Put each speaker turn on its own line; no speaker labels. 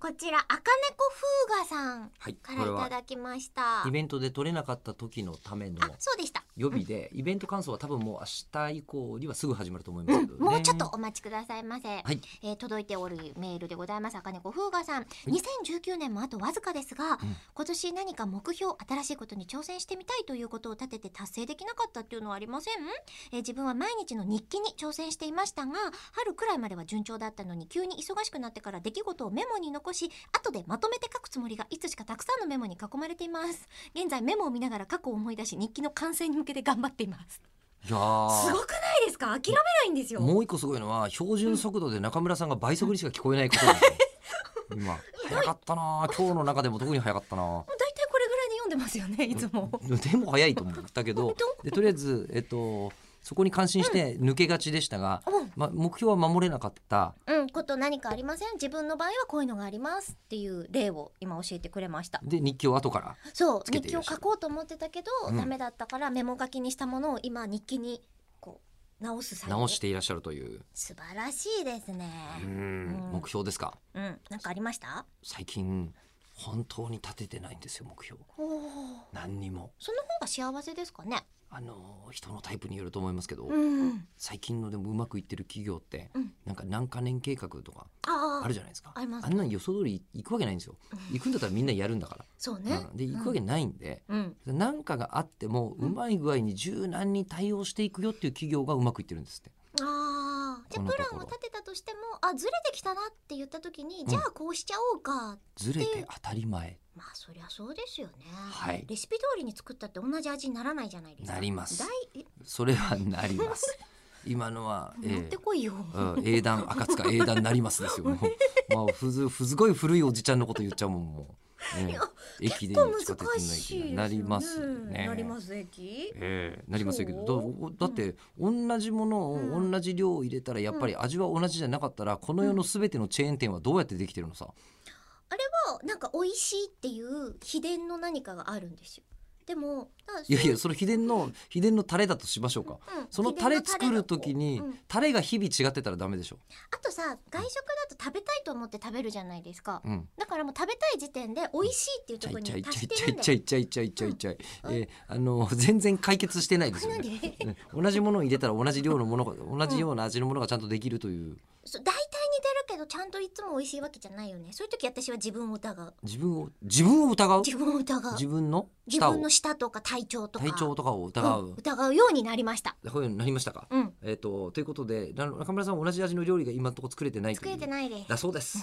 こちら赤猫風雅さん
はい
か
こ
ら
れ
いた
は
だきましたあ
イベントで取れなかった時のための
そうでした
予備でイベント感想は多分もう明日以降にはすぐ始まると思いますけどね、
もうちょっとお待ちくださいませ、
はい
えー届いておるメールでございます赤猫風雅さん2019年もあとわずかですが、今年何か目標新しいことに挑戦してみたいということを立てて達成できなかったっていうのはありません、えー自分は毎日の日記に挑戦していましたが春くらいまでは順調だったのに急に忙しくなってから出来事をメモに残し後でまとめて書くつもりがいつしかたくさんのメモに囲まれています現在メモを見ながら過去を思い出し日記の完成に向けて頑張っています
いやー
すごくないですか諦めないんですよ
もう一個すごいのは標準速度で中村さんが倍速にしか聞こえないことなん ですよ今早かったな今日の中でも特に早かったな
大体これぐらいで読んでますよねいつも。
でも早いと思ったけど
本当
でとりあえず、えっと、そこに感心して抜けがちでしたが、
うん
ま、目標は守れなかった
うん、こと何かありません自分の場合はこういうのがありますっていう例を今教えてくれました
で日記を後から
そう
つけ
日
てい
記
らっ
を
しゃ
書
る
こうと思ってたけど、
うん
ダメだったからメモ書きにしたものを今日記にこう直す作業
直していらっしゃるという
素晴らしいですね
うん目標ですか
うん、なんかありました
最近本当に立ててないんですよ目標
おお
何にも
その方が幸せですかね
あの人のタイプによると思いますけど、
うん
最近のでもうまくいってる企業って、
うん
なんか何か年計画とか
ああ
あるじゃないですか
あります
んなん予想通り行くわけないんですよ行くんだったらみんなやるんだか
そう
ら、
ね
うん、で行くわけないんで、
うん
なんかがあっても
うん
うまい具合に柔軟に対応していくよっていう企業がうまくいってるんですって。
ああで
こ
プ
のとこ
ラ
ろ
ンを立てたとしてもあずれてきたなって言った時に、
ん
じゃあこうしちゃおうか
ずれて当たり前
まあそりゃそうですよね、
はい
レシピ通りに作ったって同じ味にならないじゃないですか
なります
だいえ
それはなり ます。今のは、え
持って
ー
こいよ、
うん英断赤塚英断なりますですよ。も う、まあ、ふずふずごい古いおじちゃんのこと言っちゃうもんもう。えー
や
駅で
結構
地下鉄の
難
駅
しいですよね
なりますね。
なります駅
えーなりますけど
そう
だだって同じもの
うん
を同じ量を入れたらやっぱり味は同じじゃなかったらこの世の全てのチェーン店はどうやってできてるのさ
あれはなんか美味しいっていう秘伝の何かがあるんですよでもだから
いやいやそれ秘伝の秘伝のタレだとしましょうか
うん
そのタレ作る時に
うん
タレが日々違ってたらダメでしょ。
あとさ外食だと食べたいと思って食べるじゃないですか、
うん。
だからもう食べたい時点で美味しいっていう
ち
と
ゃ
ころ
い
に
ちゃい
達
ちゃ
し
い
て
ちゃ
る
い
んだ
ちゃ
よ
いちゃいちゃいちゃいちゃい。えーあの全然解決してないですよ
なんで
ね。うん同じものを入れたら同じ量のものが同じような味のものがちゃんとできるという
そう大体似てるけどちゃんといつも美味しいわけじゃないよねそういう時私は自分を疑う
自分を自分を疑う
自分を疑う
自分の
自
舌
分
を
の舌とか体調とか
体調とかを疑
うん
う。
疑うようになりました
こういうのになりましたか。
うん
えっとということでな中村さんは同じ味の料理が今のところ作れてないと
作
いう
れてないです
だそうです。